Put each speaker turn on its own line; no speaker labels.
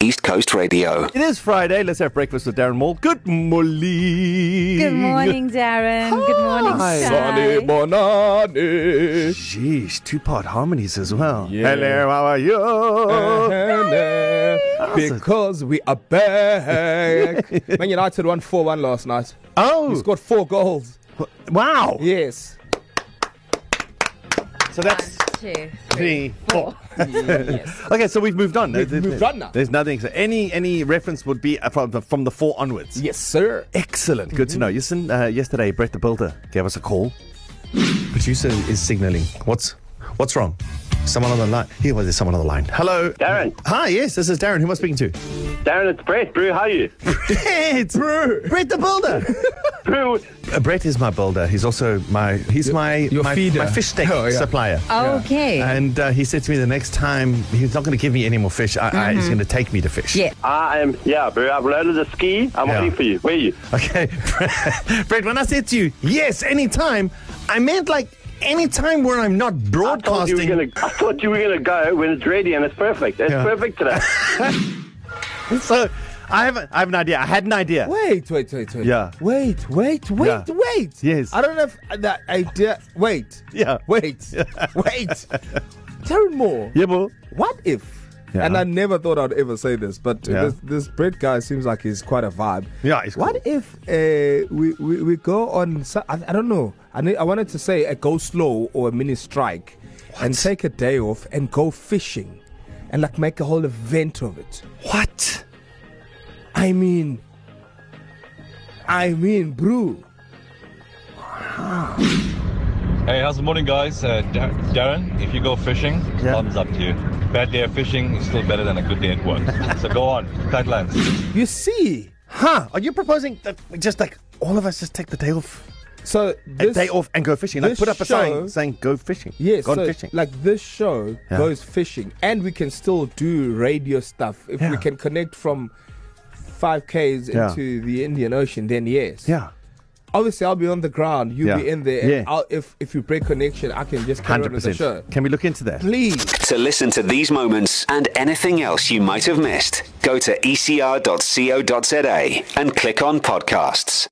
East Coast Radio.
It is Friday. Let's have breakfast with Darren Moore. Good morning.
Good morning, Darren. Good morning,
Hi.
Sky.
Sonny Bonani.
Jeez, two part harmonies as well.
Yeah.
Hello, how are you?
Uh-huh. Because we are back. Man United won 4 1 last night. He
oh,
scored four goals.
wow.
Yes.
So that's
One, two,
three, four.
yes.
Okay, so we've moved on.
We've moved on now.
There's nothing. So any any reference would be uh, from the, from the four onwards.
Yes, sir.
Excellent. Good to know. Listen, uh, yesterday Brett the Builder gave us a call. Producer is signaling. What's what's wrong? Someone on the line. Here, well, there's someone on the line. Hello,
Darren.
Hi, yes, this is Darren. Who am I speaking to?
Darren, it's Brett. Brew, how are you?
Brett. Brew. Brett the Builder.
Brew,
Uh, Brett is my builder. He's also my he's my
your
my,
feeder.
my fish steak
Oh, yeah.
supplier.
Okay.
And uh, he said to me the next time he's not going to give me any more fish. I, I, he's going to take me to fish.
Yeah.
I am, yeah, bro. I've loaded the ski. I'm
Yeah.
waiting for you. Where are you?
Okay, Brett. When I said to you, yes, anytime, I meant like anytime where I'm not
I thought, you were
broadcasting.
gonna, I thought you were going to go when it's ready and it's perfect. It's
Yeah.
perfect today.
So I have a, I have an idea. I had an idea.
Wait, wait, wait, wait.
Yeah.
Wait, wait, wait,
Yeah.
wait.
Yes.
I don't have that idea. Wait.
Yeah.
Wait. wait. Darren Moore.
Yeah, bro.
What if?
Yeah.
And I never thought I'd ever say this, but
Yeah.
this, this Brett guy seems like he's quite a vibe.
Yeah, he's
What if uh, we, we we go on? so- I, I don't know. I need, I wanted to say a go slow or a mini strike, and take a day off and go fishing, and like make a whole event of it.
What?
I mean, I mean, brew.
Hey, how's the morning, guys? Uh, Dar- Darren, if you go fishing,
Yeah.
thumbs up to you. Bad day of fishing is still better than a good day at work. so go on, tight lines.
You see,
Huh? Are you proposing that we just like all of us just take the day off,
so
a
this
day off and go fishing? Like
this
put up a sign
show-
saying go fishing.
Yes,
gone
so,
fishing.
like this show
Yeah.
goes fishing, and we can still do radio stuff if
Yeah.
we can connect from five k's
Yeah.
into the Indian Ocean. Then yes,
yeah.
Obviously, I'll be on the ground. You'll
Yeah.
be in there. And
Yeah.
I'll, if if you break connection, I can just carry on with the show.
100%. Can we look into that?
Please.
To listen to these moments and anything else you E might have missed, go to ecr.co.za and click on podcasts.